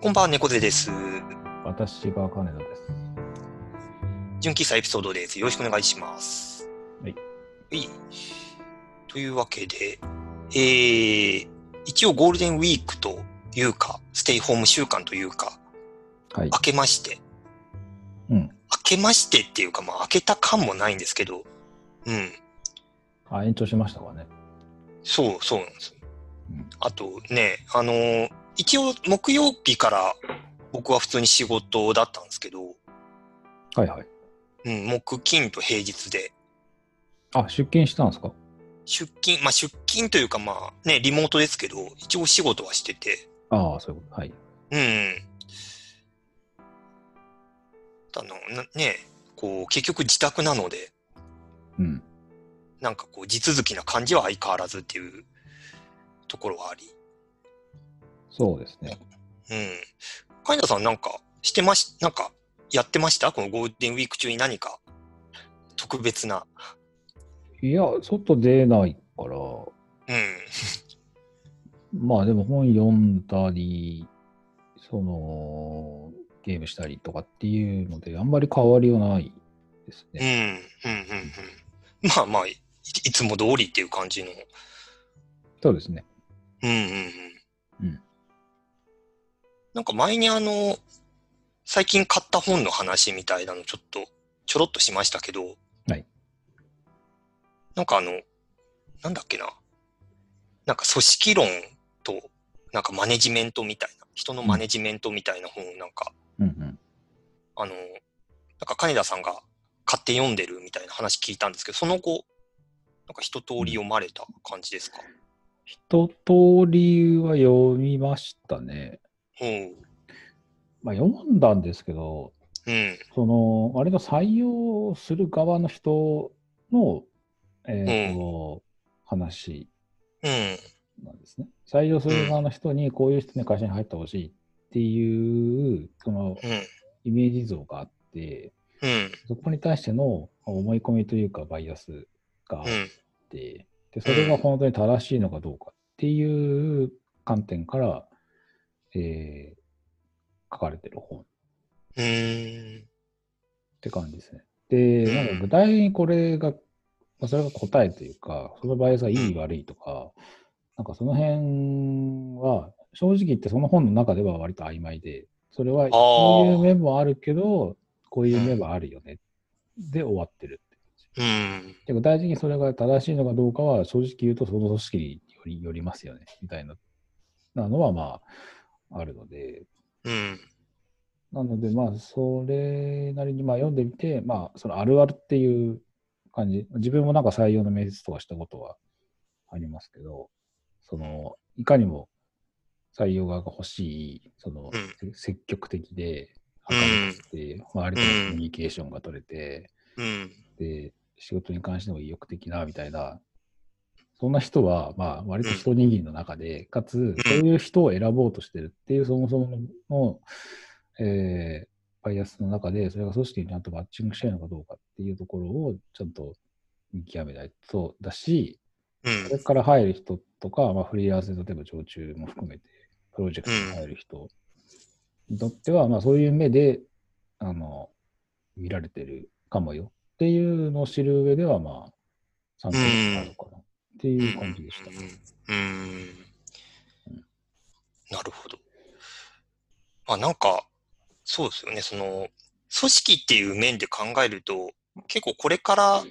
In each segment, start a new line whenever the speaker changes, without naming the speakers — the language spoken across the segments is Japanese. こんばんは、猫背です。
私が金田です。
純喫茶エピソードです。よろしくお願いします。
はい。
い。というわけで、えー、一応ゴールデンウィークというか、ステイホーム週間というか、
はい
明。けまして、
うん。
明けましてっていうか、まあ、明けた感もないんですけど、うん、
あ、延長しましたかね。
そう、そうなんです。
うん
あとね、あのー一応、木曜日から僕は普通に仕事だったんですけど、
はいはい。
うん、木、金と平日で、
あ、出勤したんですか
出勤、まあ出勤というかまあね、リモートですけど、一応仕事はしてて、
ああ、そういうこと。はい。
うん。あの、なね、こう、結局自宅なので、
うん。
なんかこう、地続きな感じは相変わらずっていうところはあり。
そうですね。
うん。カイナさんなんか、してまし、なんか、やってましたこのゴールデンウィーク中に何か、特別な。
いや、外出ないから、
うん。
まあでも本読んだり、その、ゲームしたりとかっていうので、あんまり変わりはないです
うん。うん。
ね。
うん。うん。まあまあ、いいつも通りっていう感じの。
そうですね。
うんうんうん。
うん
なんか前にあの、最近買った本の話みたいなのちょっと、ちょろっとしましたけど、
はい。
なんかあの、なんだっけな。なんか組織論と、なんかマネジメントみたいな、人のマネジメントみたいな本をなんか、
うんうん。
あの、なんか金田さんが買って読んでるみたいな話聞いたんですけど、その後、なんか一通り読まれた感じですか。
一通りは読みましたね。
うん。
まあ読んだんですけど、
うん。
その、あれの採用する側の人の、えーと話
うん。
なんですね。採用する側の人に、こういう人に会社に入ってほしいっていう、その
うん。
イメージ像があって、
うん。
そこに対しての思い込みというか、バイアスがあっ
うん。
て、でそれが本当に正しいのかどうかっていう観点から、えー書かれてる本
うーん。
って感じですね。で、
うん
なんか具体的にこれが、まあ、それが答えというか、その場合がいい、
うん
悪いとか、なんかその辺は、正直言ってその本の中では割と曖昧で、それはこういう面もあるけど、こういう面もあるよね。で終わってるって感じ。
うん。
で、具体的にそれが正しいのかどうかは、正直言うとその組織によりよりますよね、みたいななのはまあ、あるので、
うん。
なので、まあ、それなりにまあ読んでみて、まあ、そのあるあるっていう感じ、自分もなんか採用の面接とかしたことはありますけど、そのいかにも採用側が欲しい、その、
う
積極的で、
うん
明るくて、周りとのコミュニケーションが取れて、
うん。
で、仕事に関しても意欲的な、みたいな、そんな人は、まあ、割と一握りの中で、かつ、そういう人を選ぼうとしてるっていう、そもそもの、えーバイアスの中で、それが組織にちゃんとマッチングしてるのかどうかっていうところを、ちゃんと見極めないとだし、
うん
これから入る人とか、まあ、フリーランスで例えば常駐も含めて、プロジェクトに入る人にとっては、まあ、そういう目で、あの、見られてるかもよっていうのを知る上では、まあ、参考になるかなっていう感じでした。
うん。うんなるほど。まあなんか、そうですよね。その、組織っていう面で考えると、結構これから、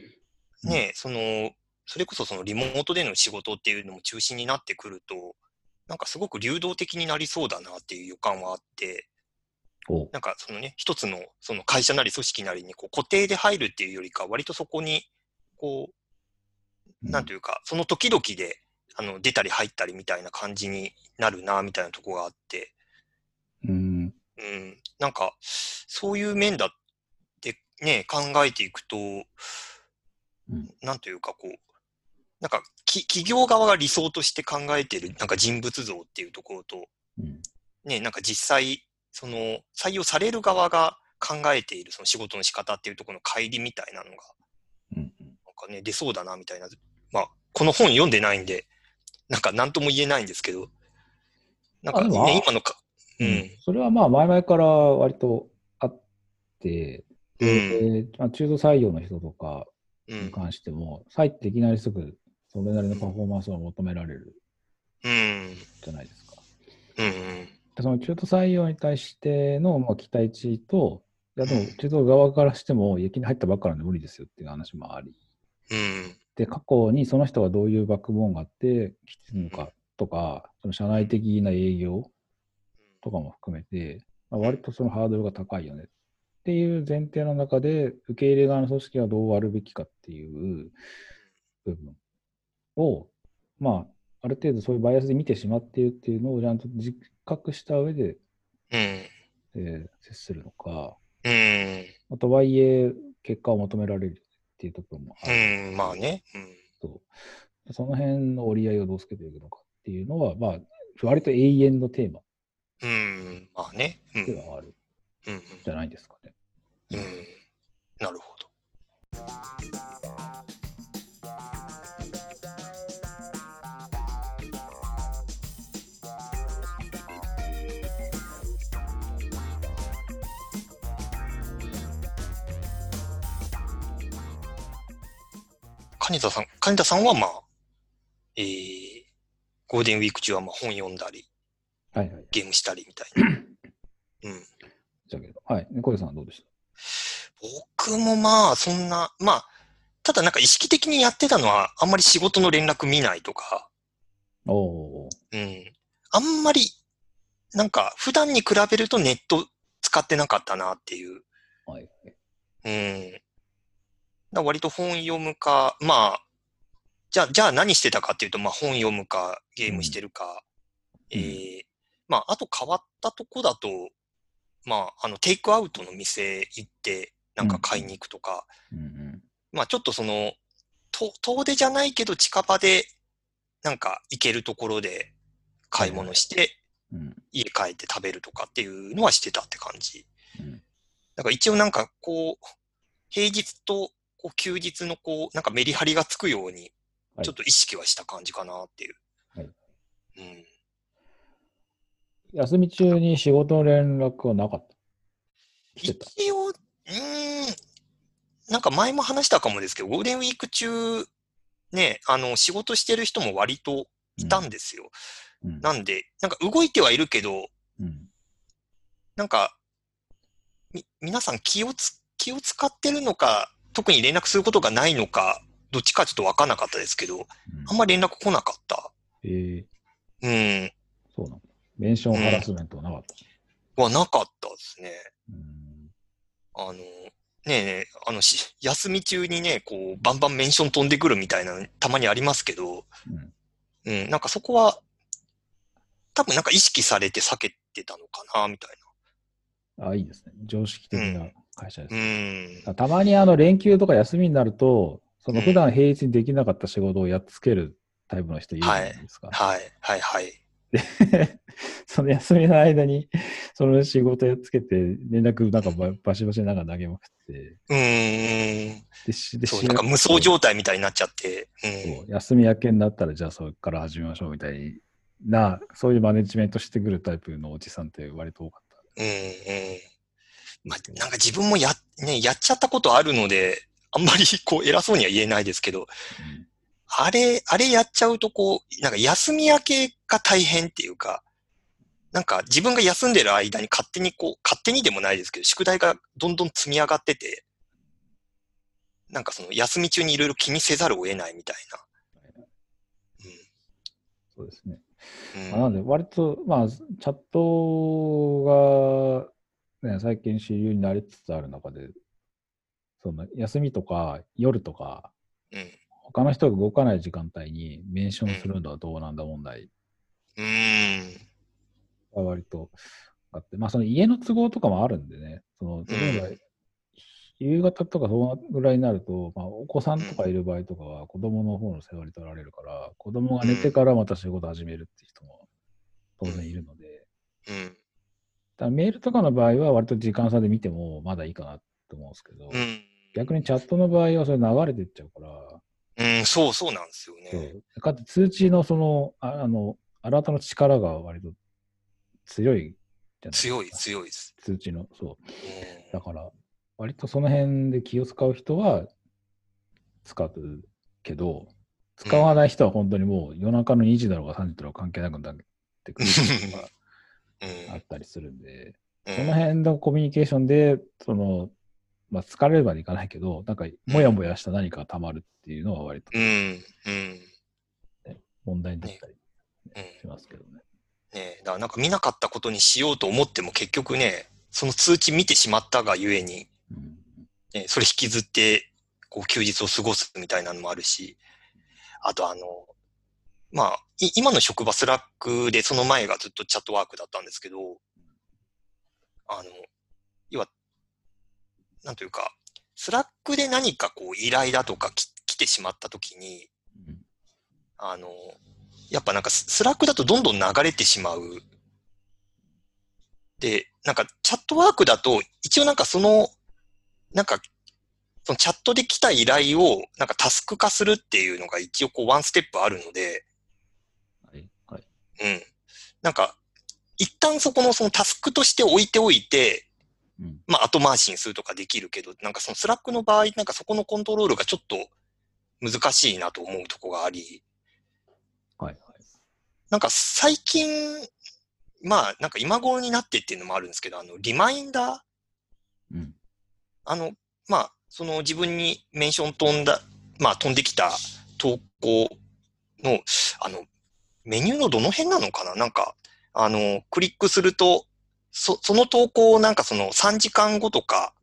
ね、その、それこそそのリモートでの仕事っていうのも中心になってくると、なんかすごく流動的になりそうだなっていう予感はあって、
お
なんかそのね、一つのその会社なり組織なりにこう固定で入るっていうよりか、割とそこに、こう、なんというか、その時々で、あの、出たり入ったりみたいな感じになるな、みたいなとこがあって、
うん、
うん、なんか、そういう面だってね、考えていくと、
うん
なんというかこう、なんか、き企業側が理想として考えている、なんか人物像っていうところと、
うん、
ね、なんか実際、その採用される側が考えているその仕事の仕方っていうところの乖離みたいなのが、
うん、
なんかね、出そうだなみたいな、まあ、この本読んでないんで、なんか何とも言えないんですけど、なんか、
あでも
ね、今のか、うん。
それはまあ前々から割とあって、
うん。
でまあ、中途採用の人とか
う
に
ん。
関しても、入っていきなりすぐそれなりのパフォーマンスを求められる
うん。
じゃないですか。
うん。
でその中途採用に対してのまあ期待値と、いやでも中途側からしても、いきなり入ったばっかなんで無理ですよっていう話もあり、
うん。
で過去にその人がどういうバックボーンがあって来てるのかとか、その社内的な営業とかも含めて、まあ、割とそのハードルが高いよねっていう前提の中で、受け入れ側の組織はどうあるべきかっていう部分を、まあ、ある程度そういうバイアスで見てしまっているっていうのをちゃんと自覚した上で、
うん。
えー接するのか、
うん。
まあとはいえ、結果を求められるっていうところもある
うん。まあね。うん。
そうその辺の折り合いをどうつけていくのかっていうのは、まあ、割と永遠のテーマ
うん。まあね。うん。
ではあるん
うん。
じゃないですかね。
うん。なるほど。金田さん、金田さんはまあ、えー、ゴールデンウィーク中はまあ本読んだり、
はいはい。
ゲームしたりみたいな。うん。
じゃあけど、はい。猫背さんはどうでし
僕もまあ、そんな、まあ、ただなんか意識的にやってたのは、あんまり仕事の連絡見ないとか、
たおお。
うん。あんまり、なんか、普段に比べるとネット使ってなかったなっていう。
はい。
うん。だから割と本読むか、まあ、じゃあ、じゃあ何してたかっていうと、まあ本読むか、ゲームしてるか、
うん
ええまあ、あと変わったとこだと、まあ、あの、テイクアウトの店行って、なんか買いに行くとか、
うんうん。
まあちょっとその、と遠出じゃないけど近場で、なんか行けるところで買い物して、
うん
家帰って食べるとかっていうのはしてたって感じ
うん。
だから一応なんかこう、平日とこう休日のこう、なんかメリハリがつくように
は、い
ちょっと意識はした感じかなっていう。
はい
うん。
休み中に仕事の連絡はなかった。来てた。
一応、うーん、なんか前も話したかもですけど、ゴールデンウィーク中、ね、あの、仕事してる人も割といたんですよ。
うん
なんで、なんか動いてはいるけど、
うん。
なんか、み、皆さん気をつ、気を使ってるのか、特に連絡することがないのか、どっちかちょっとわかんなかったですけど、あんまり連絡来なかった。
えー、
うん。
そうなの。メンションハラスメントはなかった。
はなかったですね。
うん。
あの、ねえねえ、あのし、休み中にね、こう、バンバンメンション飛んでくるみたいなの、たまにありますけど、
う
う
ん
ん、なんかそこは、多分なんか意識されて避けてたのかな、みたい
あ、いいですね。常識的な会社です
な。う。ん。
たまにあの連休とか休みになると、その普段平日にできなかった仕事をやっつけるタイプの人いるじゃないですか。
はい、はい、はい。
その休みの間に、その仕事やっつけて、連絡なんかばバシバシなんか投げまくって、
うーん。
で、しで
そう、
し
なんか無双状態みたいになっちゃって。
そう休み明けになったら、じゃあそこから始めましょうみたいな、そういうマネジメントしてくるタイプのおじさんって割と多かっ
うん。うん、うん。まあ、なんか自分もや、ね、やっちゃったことあるので、あんまりこう偉そうには言えないですけど、
た。うん
あれ、あれやっちゃうとこう、なんか休み明けが大変っていうか、なんか自分が休んでる間に勝手にこう、勝手にでもないですけど、宿題がどんどん積み上がってて、なんかその休み中にいろいろ気にせざるを得ないみたい
そうですね。
な。
ま
う
あ
ん。
なので、割と、まあ、チャットが、ね、最近主流になりつつある中で、その休みとか夜とか、
うん。
他の人が動かない時間帯にメンションするのはどうなんだ問題
うーん。
が割とあって、まあ、その家の都合とかもあるんでね、その例えば
う、
夕方とかそのぐらいになると、まあ、お子さんとかいる場合とかは子供の方の世話に取られるから、子供が寝てからまた仕事始めるって人も当然いるので、
うん。
ただメールとかの場合は割と時間差で見てもまだいいかなと思うんですけど、
うん。
逆にチャットの場合はそれ流れてっちゃうから、
うん、そうそうなんですよね。
そうかつ通知のその、ああの、アラートの力が割と強いじゃないですか
強い、強いです。
通知の、そう。
うん
だから、割とその辺で気を使う人は使うけど、使わない人は本当にもう夜中の2時だろうが3時だろうが関係なくなってくるとか
うん
あったりするんで、
うん
その辺のコミュニケーションで、その、まあ、疲れればいかないけど、なんか、もやもやした何かが溜まるっていうのは割と
うん、うん。
問題になったり
うん
しますけどね。
ねえ、だからなんか見なかったことにしようと思っても結局ね、その通知見てしまったがゆえに、
うん
ね、それ引きずって、こう休日を過ごすみたいなのもあるし、あとあの、まあ、い今の職場スラックでその前がずっとチャットワークだったんですけど、あの、要は、なんというか、スラックで何かこう依頼だとかき来てしまったときに、
うん
あの、やっぱなんかススラックだとどんどん流れてしまう。で、なんかチャットワークだと、一応なんかその、なんか、そのチャットで来た依頼を、なんかタスク化するっていうのが一応こうワンステップあるので、
はい。はい。
うん。なんか、一旦そこのそのタスクとして置いておいて、
うん。
まあ後回しにするとかできるけど、なんかそのスラックの場合、なんかそこのコントロールがちょっと難しいなと思うとこがあり、
はい。はい。
なんか最近、まあなんか今頃になってっていうのもあるんですけど、あの、リマインダー
うん。
あの、まあ、その自分にメンション飛んだ、まあ飛んできた投稿の、あの、メニューのどの辺なのかななんか、あの、クリックすると、そ、その投稿をなんかその3時間後とか、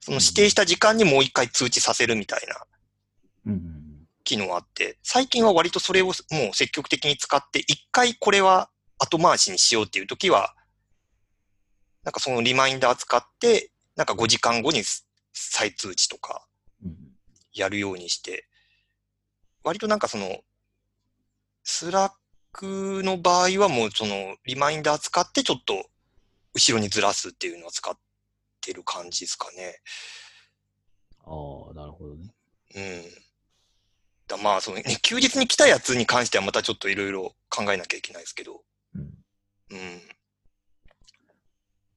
その指定した時間にもう一回通知させるみたいな
うんうん。
機能あって、最近は割とそれをもう積極的に使って、一回これは後回しにしようっていう時は、なんかそのリマインダー使って、なんか5時間後に再通知とか
うん
やるようにして、割となんかその、スラックの場合はもうそのリマインダー使ってちょっと後ろにずらすっていうのは使ってる感じですかね。
ああ、なるほどね。
うん。だまあ、そのね、休日に来たやつに関してはまたちょっといろいろ考えなきゃいけないですけど。
うん。
うん。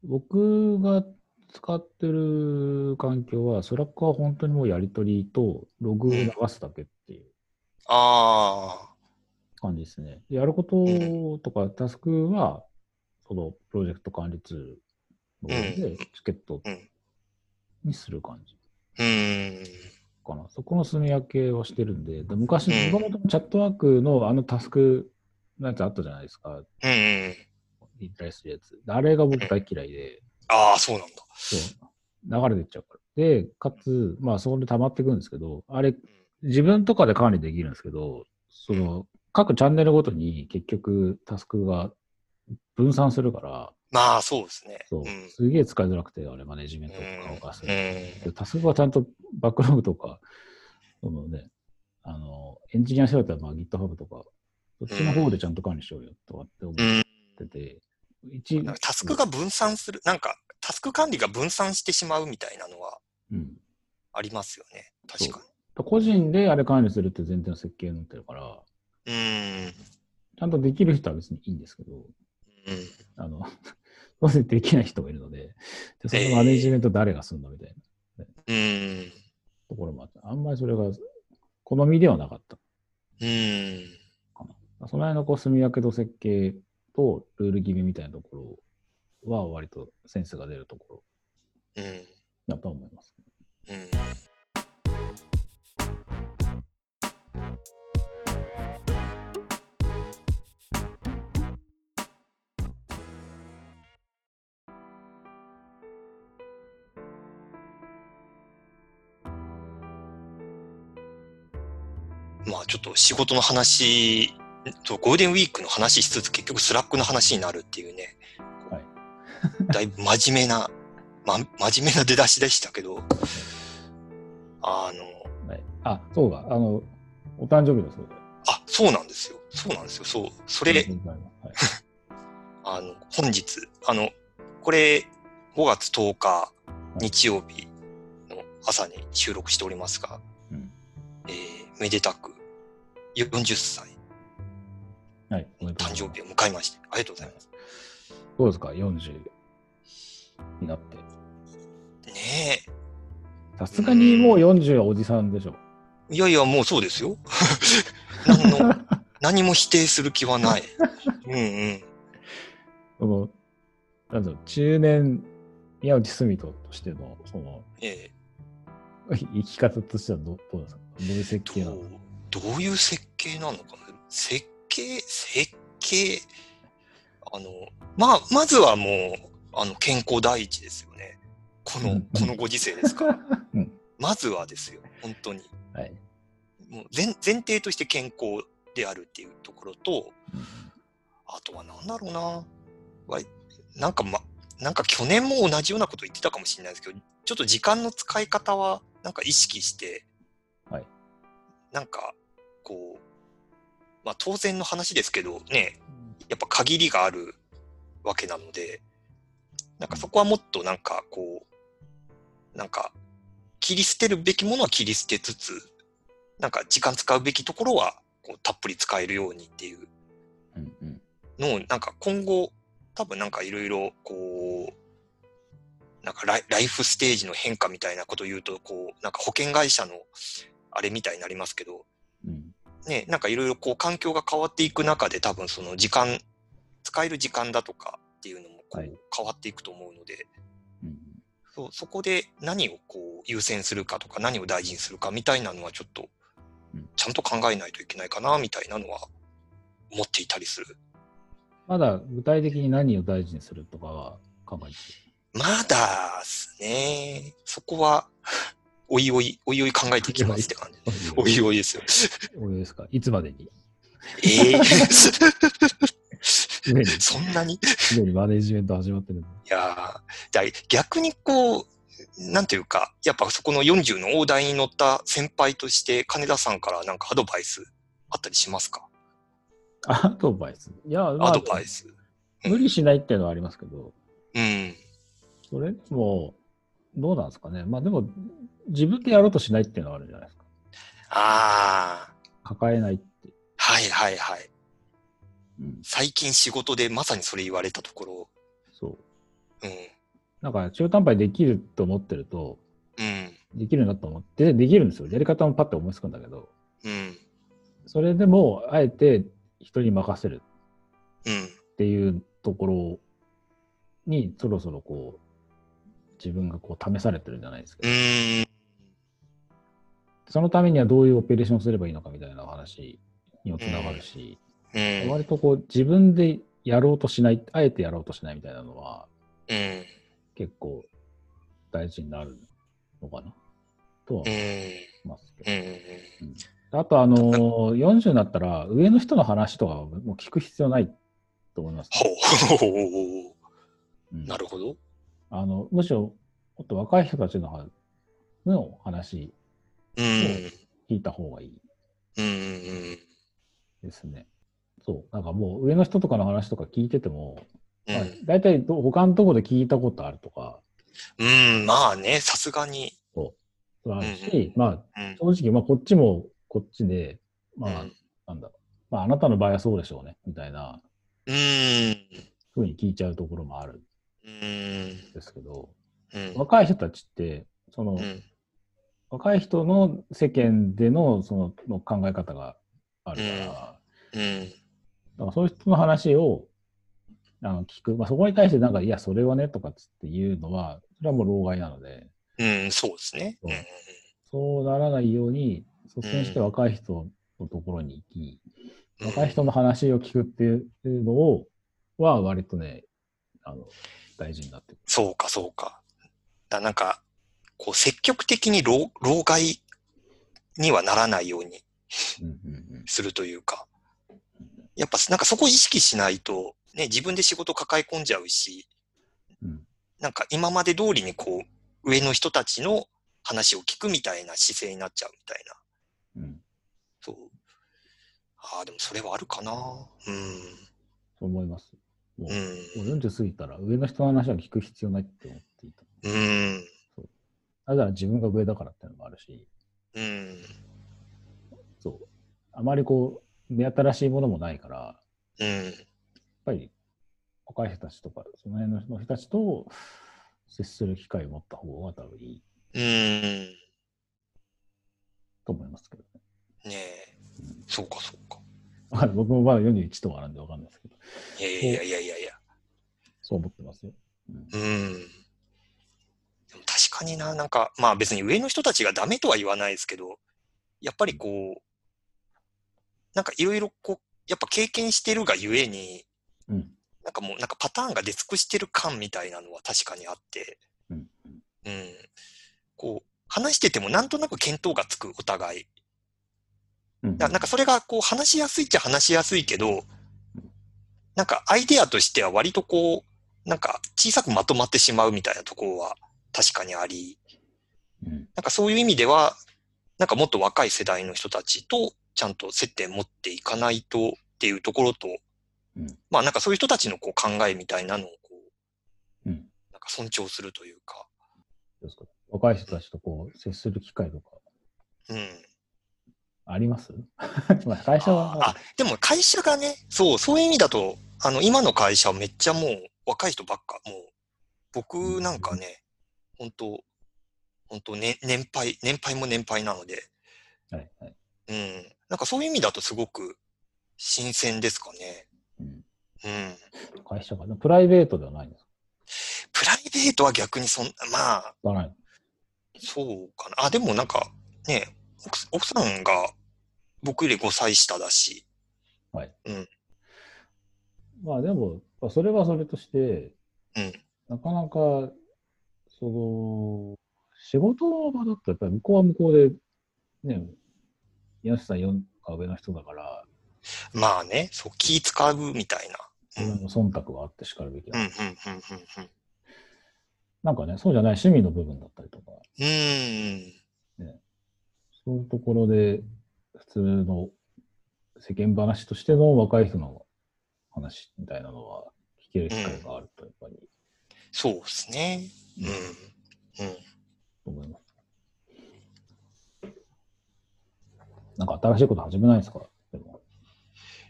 僕が使ってる環境は、スラックは本当にもうやり取りとログを流すだけっていう
ああ。
感じですね。でやることとかタスクは、そのプロジェクト管理ツールの方でチケット
うん
にする感じ
うーん。
かな。そこの住み分けをしてるんで、で昔、
うん
もともとチャットワークのあのタスクなんてあったじゃないですか。
うんうん。
インタレスするやつ。あれが僕大嫌いで。
ああ、そうなんだ。
そう。流れてっちゃうから。で、かつ、まあ、そこで溜まっていくんですけど、あれ、自分とかで管理できるんですけど、その、各チャンネルごとに結局タスクが分散するから、
まあ、そうですね。
そう、
ん。
すげえ使いづらくて、あれ、マネジメントとかを動かす。
う
でタスクがちゃんとバックログとか、そのね、あの、エンジニアしようとまあ GitHub とか、そっちの方でちゃんと管理しようよとかって思
ん。
っ
うん。
てて、一、
なんかタスクが分散する。なんか、タスク管理が分散してしまうみたいなのは
うん、
ありますよね。確か
個人であれ管理するって前提の設計になってるから、
に。うーん。
ちゃんとできる人は別にいいんですけど、
うん。
あの、 当然できない人もいるので、でそ
え
の
え
マネジメント誰がするのみたいな
うん。
ところもあって、あんまりそれが好みではなかった。
うん。
その辺のこう、住み分けと設計とルール決めみたいなところは割とセンスが出るとこ
う
ろ
ん。
だと思います。
うんまあちょっと仕事の話とゴールデンウィークの話しつつ結局スラックの話になるっていうね、
はい
だいぶ真面目な、ま、真面目な出だしでしたけど、あの、
はい、あ、そうだ、あの、お誕生日だそうだ。
あ、そうなんですよ。そうなんですよ。そう。そ
あり
れ
がと、うございますはい、
あの、本日、あの、これ、5月10日、日曜日の朝に収録しておりますが、
うん
えーめでたく、40歳、
はい、おめでとう
誕生
ございます
日を迎えまして、ありがとうございます。
どうですか、40になって。
ね
さすがにもう40はおじさんでしょ。
え。いやいや、もうそうですよ。 何の、何も否定する気はない。うんうん。
その、なんだろう、中年宮内住人としての、その、
え
生き方としてはどどうですかどういう設
え
計な
ど
の
う、どういう設計なのかな設計、設計。あの、まあ、まずはもう、あの、健康第一ですよね。こ
う
の
ん、
このご時世ですから。
うん。
まずはですよ、本当に。
はい。
もう前前提として健康であるっていうところと、
うん
あとはなんだろうな。わいなんか、ま、なんか去年も同じようなこと言ってたかもしれないですけど、ちょっと時間の使い方はなんか意識して、
はい
なんかこう、まあ当然の話ですけどね、やっぱ限りがあるわけなので、なんかそこはもっとなんかこう、なんか切り捨てるべきものは切り捨てつつ、なんか時間使うべきところはこうたっぷり使えるようにっていう
うんうん。
のをなんか今後多分なんかいろいろこうなんかライライフステージの変化みたいなことを言うとこうなんか保険会社のあれみたいになりますけど
うん。
ねなんかいろいろこう環境が変わっていく中で多分その時間使える時間だとかっていうのもこう
はい
変わっていくと思うので、
うん
そうそこで何をこう優先するかとか何を大事にするかみたいなのはちょっと
うん
ちゃんと考えないといけないかなみたいなのは思っていたりする。
まだ具体的に何を大事にするとかは考えて
まだっすね。そこは、おいおい、おいおい考えていきますって感じ。 おいおいですよ。
る。おいですかいつまでに
ええ
すでに、
そんなにい
すでにマネジメント始まっ てるの
やーだ逆にこう、なんていうか、やっぱそこの40の大台に乗った先輩として、金田さんからなんかアドバイスあったりしますか
アドバイス。いや、まあ
アドバイス。
無理しないっていうのはありますけど、
うん。
それでも、どうなんですかね。まあでも、自分でやろうとしないっていうのはあるじゃないですか。
ああ、
抱えないって。
はいはいはい。
うん、
最近仕事でまさにそれ言われたところ、
そ
う
う。
ん、
なんか、中途半端にできると思ってると、
うん、
できるなと思って、できるんですよ。やり方もパッと思いつくんだけど、
うん、
それでも、あえて人に任せる
うん。
っていうところに、そろそろこう、自分がこう試されてるじゃないです
う
けど、
ーん。
そのためにはどういうオペレーションをすればいいのかみたいな話にもつながるし、
うん。
割とこう自分でやろうとしない、あえてやろうとしないみたいなのは
うん。
結構大事になるのかなとは
うん
思い。ますけ
う
ど。
ん。
あとあのー、40になったら上の人の話とかはもう聞く必要ないと思います、
ほうほうほうほ
うん
う。なるほど。
あのむしろもっと若い人たちの話の話
うん。
聞いた方がいい
うん。うん。
ですね。そう。なんかもう上の人とかの話とか聞いてても、
う
まあ
ん、
大体ど他のところで聞いたことあるとか、
うん、まあね、さすがに。
はあるし、
うんうん
まあ
うん。
正直、まあ、こっちもこっちで、まあ、
うん
なんだろう、まあ、あなたの場合はそうでしょうね、みたいな
うん。
ふうに聞いちゃうところもある
うん。
んですけど、
うん。
若い人たちって、その、
うん。
若い人の世間での、その、の考え方があるから、
うん
だ
うん。
からそういう人の話を、あの、聞く。まあ、そこに対して、なんか、いや、それはね、とかっつって言うのは、それはもう老害なので、
うん、そうですね。うん。
そうならないように、率先して若い人のところに行き、
うん
若い人の話を聞くっていうのを、は割とね、あの、大事になってく
そうか、そうか。だなんか、こう、積極的に老老害にはならないように
る。うんうんうん。
するというか。やっぱ、なんかそこ意識しないと、ね、自分で仕事抱え込んじゃうし、
うん
なんか今まで通りにこう、上の人たちの話を聞くみたいな姿勢になっちゃうみたいな。
うん。
そう。ああ、でもそれはあるかな。うん。
そう思います。も
う
う、
ん。
もう40過ぎたら上の人の話は聞く必要ないって思っていた。
うん。
だから自分が上だからっていうのもあるし、
うん。
そう。あまりこう、目新しいものもないから、やっ
うん。
ぱり、若い人たちとか、その辺の人たちと、接する機会を持った方が多分いい
うん。
と思いますけどね。
ねえ。そうか、そうか。
はい 僕もまだ41とはなんでわかんないですけど、
いやいやいやいやいや。
そう思ってますよ。
うん。でも確かにな、なんか、まあ別に上の人たちがダメとは言わないですけど、やっぱりこう、なんかいろいろこう、やっぱ経験してるがゆえに、
うん。
なんかもうなんかパターンが出尽くしてる感みたいなのは確かにあって、
うん。
うん。こう、話しててもなんとなく見当がつく、お互い。
うん。
だなんかそれがこう話しやすいっちゃ話しやすいけど、なんかアイデアとしては割とこう、なんか小さくまとまってしまうみたいなところは確かにあり、
うん。
なんかそういう意味では、なんかもっと若い世代の人たちとちゃんと接点持っていかないとっていうところと、
うん
まあなんかそういう人たちのこう考えみたいなのをこ
うん。
う、なんか尊重するというか、
どうですか若い人たちとこう、接する機会とか
うん。
あります まあ会社は、
あ、でも会社がね、そう、そういう意味だと、あの、今の会社めっちゃもう若い人ばっか、もう、僕なんかね、本当本当ね、年配、年配も年配なので、
はいはい。
うん。なんかそういう意味だとすごく新鮮ですかね。
うん
うん。
会社が、でもプライベートではないんですか
プライベートは逆にそん、まあ、
だない。
そうかな。あ、でもなんか、ね、奥さ奥さんが僕より5歳下だし、
まあでも、まあそれはそれとして、
うん。
なかなか、その、仕事の場だったら、やっぱり向こうは向こうで、ね、宮下さん4か上の人だから、
まあね、そう、気使うみたいな。
それも忖度があってしかるべきだ、
うん、うん、うん、うん、うん。
なんかね、そうじゃない趣味の部分だったりとか、
うーん。
そういうところで、普通の世間話としての若い人の話みたいなのは聞ける機会があると、やっぱり、
そうですね。うん。うん。
思います。なんか新しいこと始めないですかでも、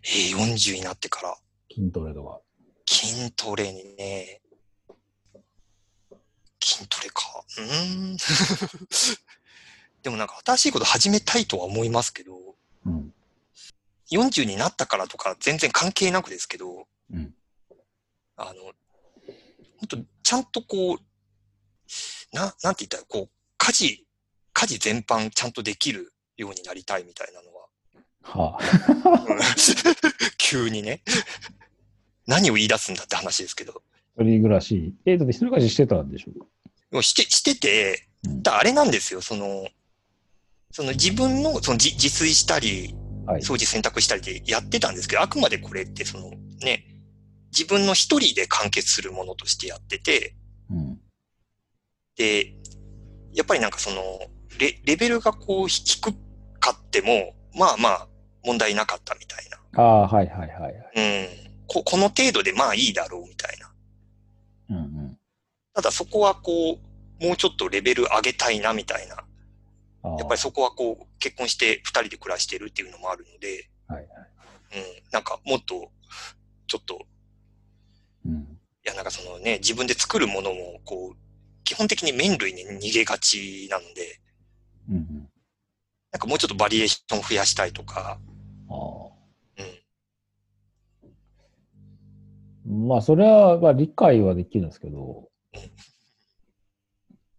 えー、40になってから
筋トレとか。
筋トレにね。筋トレか。うーん。 でもなんか新しいこと始めたいとは思いますけど、
うん。
40になったからとか全然関係なくですけど、
うん。
あの、本当ちゃんとこう、な、なんて言ったら、こう、家事、家事全般ちゃんとできるようになりたいみたいなのは、
は あ。
急にね。何を言い出すんだって話ですけど。
一人暮らし。え、だって一人暮らししてたんでしょ
もうして、してて、
うん
だあれなんですよ、その、その自分のその自自炊したり、
はい。
掃除洗濯したりでやってたんですけど、あくまでこれってそのね、自分の一人で完結するものとしてやってて、
うん。
で、やっぱりなんかその、レレベルがこうひ低かっても、まあまあ問題なかったみたいな。
ああ、はいはいはいはい。
うん、ここの程度でまあいいだろうみたいな。
うんうん。
ただそこはこう、もうちょっとレベル上げたいなみたいな。
ああ
やっぱりそこはこう、結婚して二人で暮らしてるっていうのもあるので、
はいはい。
うん、なんかもっと、ちょっと、い
うん。
やなんかそのね、自分で作るものもこう、基本的に麺類に逃げがちなので、
うんうん。
なんかもうちょっとバリエーション増やしたいとか、
あ
うん、
あ。まあ、それは、まあ、理解はできるんですけど、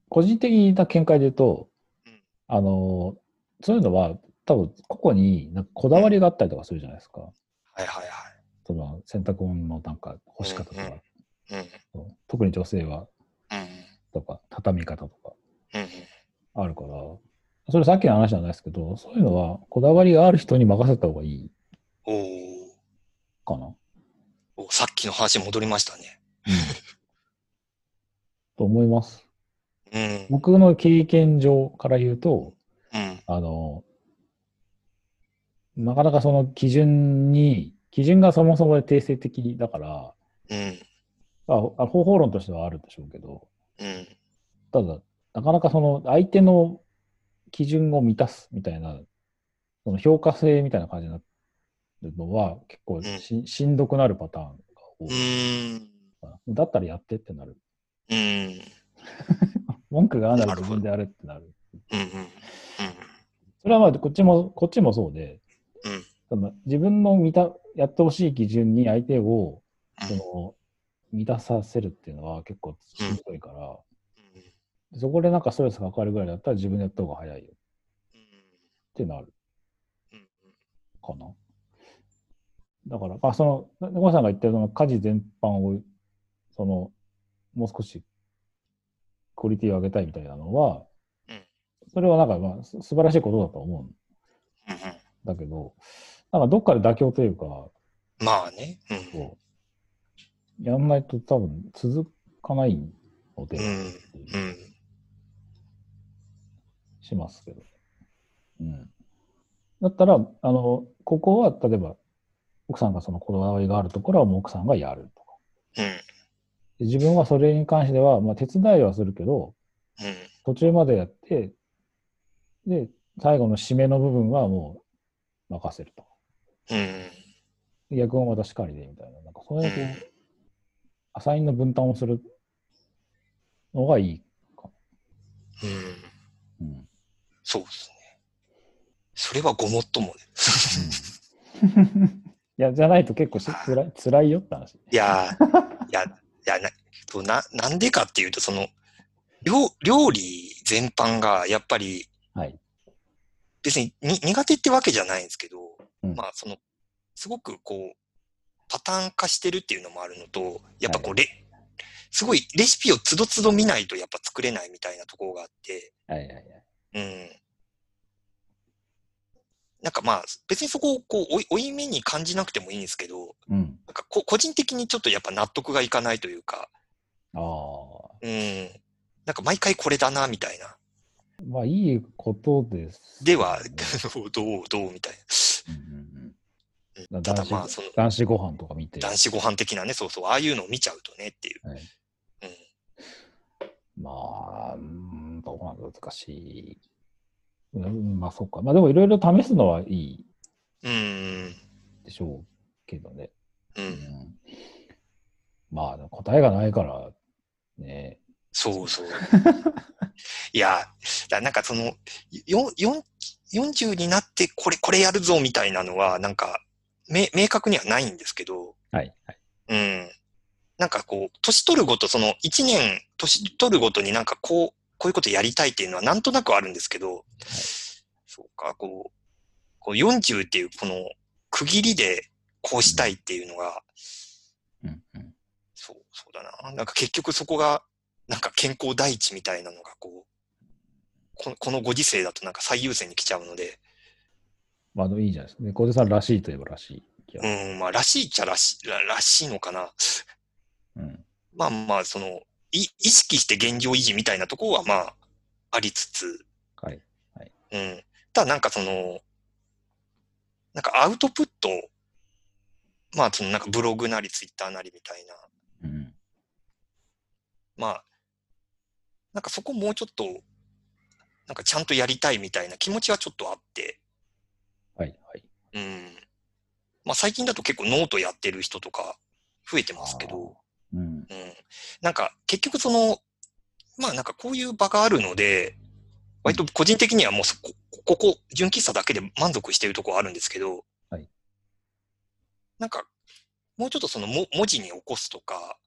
個人的な見解で言うと
うん、
あの、そういうのは、多分個々になんかこだわりがあったりとかするじゃないですか。
はいはいは
その洗濯物のなんか干し方とか、
い。うん、
そう特に女性は
うん、
とか、畳み方とか。
うん、
あるから、それさっきの話じゃないですけど、そういうのはこだわりがある人に任せた方がいい
おー
かな、
お、さっきの話に戻りましたね。
と思います。
うん、
僕の経験上から言うと、
うん、
あの、なかなかその基準に、基準がそもそもで定性的だから、
うん、
ああ方法論としてはあるでしょうけど、
うん、
ただ、なかなかその相手の基準を満たすみたいな、その評価性みたいな感じになるのは結構し,、ん、しんどくなるパターンが多い。
うん、
だったらやってってなる。
うん、
文句があるなら自分であれってなる。
うんうん。うん。
それはまあ、こっちも、こっちもそうで、
うん
その自分の満た、やってほしい基準に相手を、その、満たさせるっていうのは結構しんどいから、
うん
そこでなんかストレスかかるぐらいだったら自分でやった方が早いよってなる
うんうん
かな。だから、まあ、その、猫さんが言ってるその家事全般を、その、もう少しクオリティを上げたいみたいなのは、
うん
それはなんか、まあ、す素晴らしいことだと思うん
うんうん
だけど、なんかどっかで妥協というか、
まあね。うん。
こうやんないと多分続かないので、
うんうん。
しますけど。うん。だったら、あの、ここは、例えば、奥さんがそのこだわりがあるところはもう奥さんがやるとか。
うん。
で自分はそれに関しては、まあ、手伝いはするけど、
うん。
途中までやって、で、最後の締めの部分はもう任せると。
うん。
で逆は私かりで、みたいな。なんか、そう
うん
いう、こう、アサインの分担をするのがいい。
うん。
うん。うん
そうですね。それはごもっともで
いや、じゃないと結構しつらい、つらいよって話。
いやー、いや、いやなとな、なんでかっていうと、その、料料理全般がやっぱり、
はい。
別にに苦手ってわけじゃないんですけど、
うん
まあ、その、すごくこう、パターン化してるっていうのもあるのと、やっぱこう、レすごいレシピをつどつど見ないとやっぱ作れないみたいなところがあって、
はいはいはい。
うん。なんかまあ、別にそこをこう、追い追い目に感じなくてもいいんですけど、
うん。
なんかこ個人的にちょっとやっぱ納得がいかないというか、
ああ。
うん。なんか毎回これだな、みたいな。
まあ、いいことです、
では
ね、
どう、どう、みたい
うんうん
な。
うん
ただ
男子
まあ、その、
男子ご飯とか見て。
男子ご飯的なね、そうそう、ああいうのを見ちゃうとねっていう。
はい
うん、
まあ、うーん、どうなんだ難しい。うん、まあ、そうか。まあ、でも、いろいろ試すのはいい
うん、
でしょうけどね。
う、
うんん、まあ、答えがないから、ね。
そう そう。いや、だなんかその、よよ40になってこれ、これやるぞみたいなのは、なんか、め明確にはないんですけど、
はい、はい。
うん。なんかこう、年取るごと、その1年、年取るごとになんかこう、こういうことやりたいっていうのはなんとなくはあるんですけど、そうか、こう、こう40っていうこの区切りでこうしたいっていうのが、
うん、うん。
そう、そうだな。なんか結局そこが、なんか健康第一みたいなのがこう、このこのご時世だとなんか最優先に来ちゃうので、
まあ、でもいいじゃないですか。ね、小手さんらしいといえばらしい気が。
うん、まあらしいっちゃらしららしいのかな。
うん。
まあまあ、その、い意識して現状維持みたいなところはまあ、ありつつ、
はい。
うん。ただなんかその、なんかアウトプットを、まあそのなんかブログなりツイッターなりみたいな、
うん。
まあ、なんかそこもうちょっと、なんかちゃんとやりたいみたいな気持ちはちょっとあって、
はい、はい。
うん。まあ最近だと結構ノートやってる人とか増えてますけど、
うん。
うん。なんか結局その、まあなんかこういう場があるので、割と個人的にはもうそこ、ここ、純喫茶だけで満足しているところあるんですけど、
はい
なんか、もうちょっとそのも文字に起こすとか、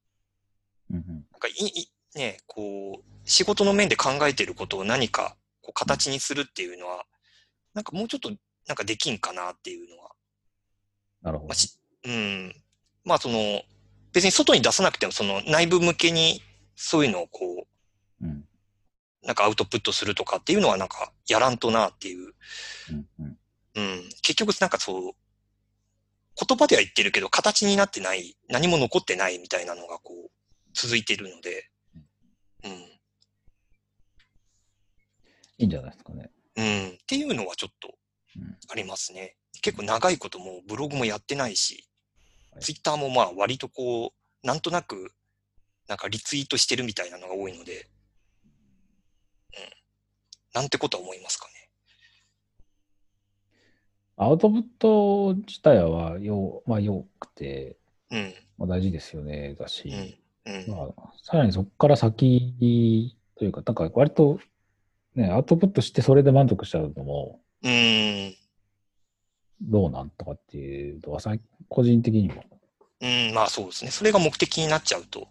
うん、うん。
なんかいい、ね、こう、仕事の面で考えていることを何かこう形にするっていうのは、なんかもうちょっとなんかできんかなっていうのは、
なる
ま
ほど
あ。しうん。まあその、別に外に出さなくても、その内部向けにそういうのをこ
うん。
う、なんかアウトプットするとかっていうのはなんかやらんとなっていう。
うん、うん。
うん。結局なんかそう、言葉では言ってるけど、形になってない、何も残ってないみたいなのがこう、続いてるので、うん。
いいんじゃないですかね。
うん、っていうのはちょっと
うん
ありますね。結構長いこともうブログもやってないし、
はい
ツイッターもまあ割とこう、なんとなく、なんかリツイートしてるみたいなのが多いので、うん。なんてことは思いますか
アウトプット自体はよ,、まあ、よくて、
ね。
まあ、大事ですよね、
う
だ
ん、
し、
うん、うん、
まあ、さらにそこから先というか、なんか割と、ね、アウトプットしてそれで満足しちゃうのも、
うーん。
どうなんとかっていうのは、最個人的にも。
うん、まあそうですね。それが目的になっちゃうと。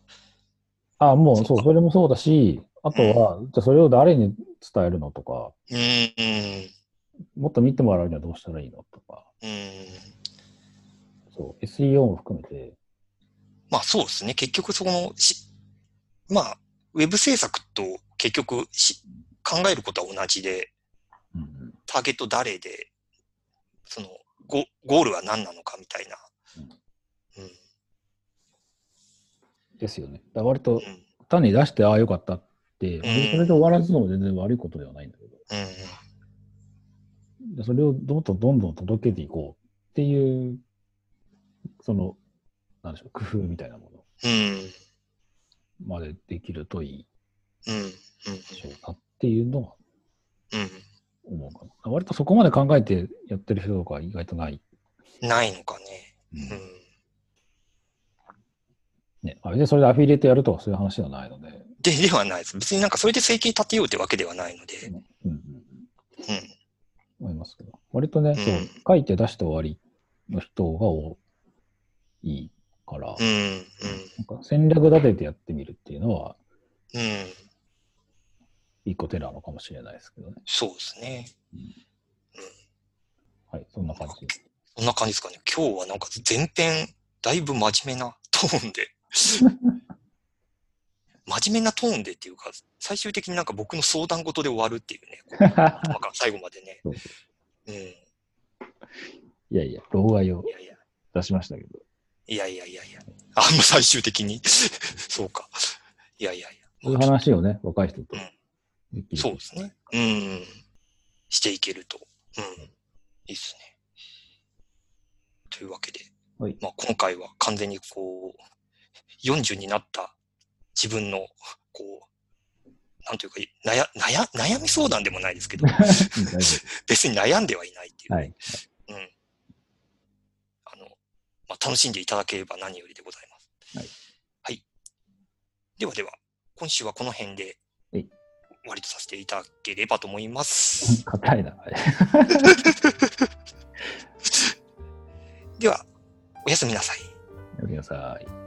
あもう、
そ
そうう、
か
それもそうだし、あとは、じゃあそれを誰に伝えるのとか、
うーん。
もっと見てもらうにはどうしたらいいのとか、
うーん。
そう、SEO も含めて、
まあそうですね。結局その、し、まあ、ウェブ制作と結局し、考えることは同じで、
うんうん
ターゲット誰で、その、ゴゴールは何なのかみたいな。うん。
ですよね。だから割と
う、ん。
単に出して、ああ、よかったっ
う
て、そ
ん
れで終わらすのも全然悪いことではないんだけど、
うん。
でそれをどんどんどんどん届けていこうっていう、その、なんでしょう、工夫みたいなもの
うん。
までできるといい
うん。うん。
でしょうなっていうのは
う
思うかな。割とそこまで考えてやってる人とか意外とない。
ん。ないのかね。うん。
ね、あれでそれでアフィリエイトやるとかそういう話ではないので、
で、ではないです。別になんかそれで生計立てようってわけではないので。
うんうん、
うん。
思いますけど、割とね、
ん
そう書いて出して終わりの人が多いから、
うん。
なんか戦略立ててやってみるっていうのは、
うん。うん。
一個手なのかもしれないですけどね。
そうですね。
はい、そんな感じ。
そんな感じですかね。今日はなんか前編、だいぶ真面目なトーンで。真面目なトーンでっていうか、最終的になんか僕の相談事で終わるっていうね。なんか最後までね。
そう
うん。
いやいや、老害を
いやいや。
出しましたけど。
いやいやいやいや。あ、もう最終的に。 そうか。いやいやい
そ
や。
ういう話をね、若い人と
うん
できる。
そうですね。うん。していけると。うん。いいっすね。というわけで、
はい
まあ、今回は完全にこう、40になった自分の、こう、なんというか、悩悩悩み相談でもないですけ ど、
うん。大丈
別に悩んではいないっていう、
夫。はい。
うん。あの、まあ、楽しんでいただければ何よりでございます。
はい。
はい。ではでは、今週はこの辺で
はい
終わりとさせていただければと思います。
硬いな。あれ
では、おやすみなさい。
やめてください。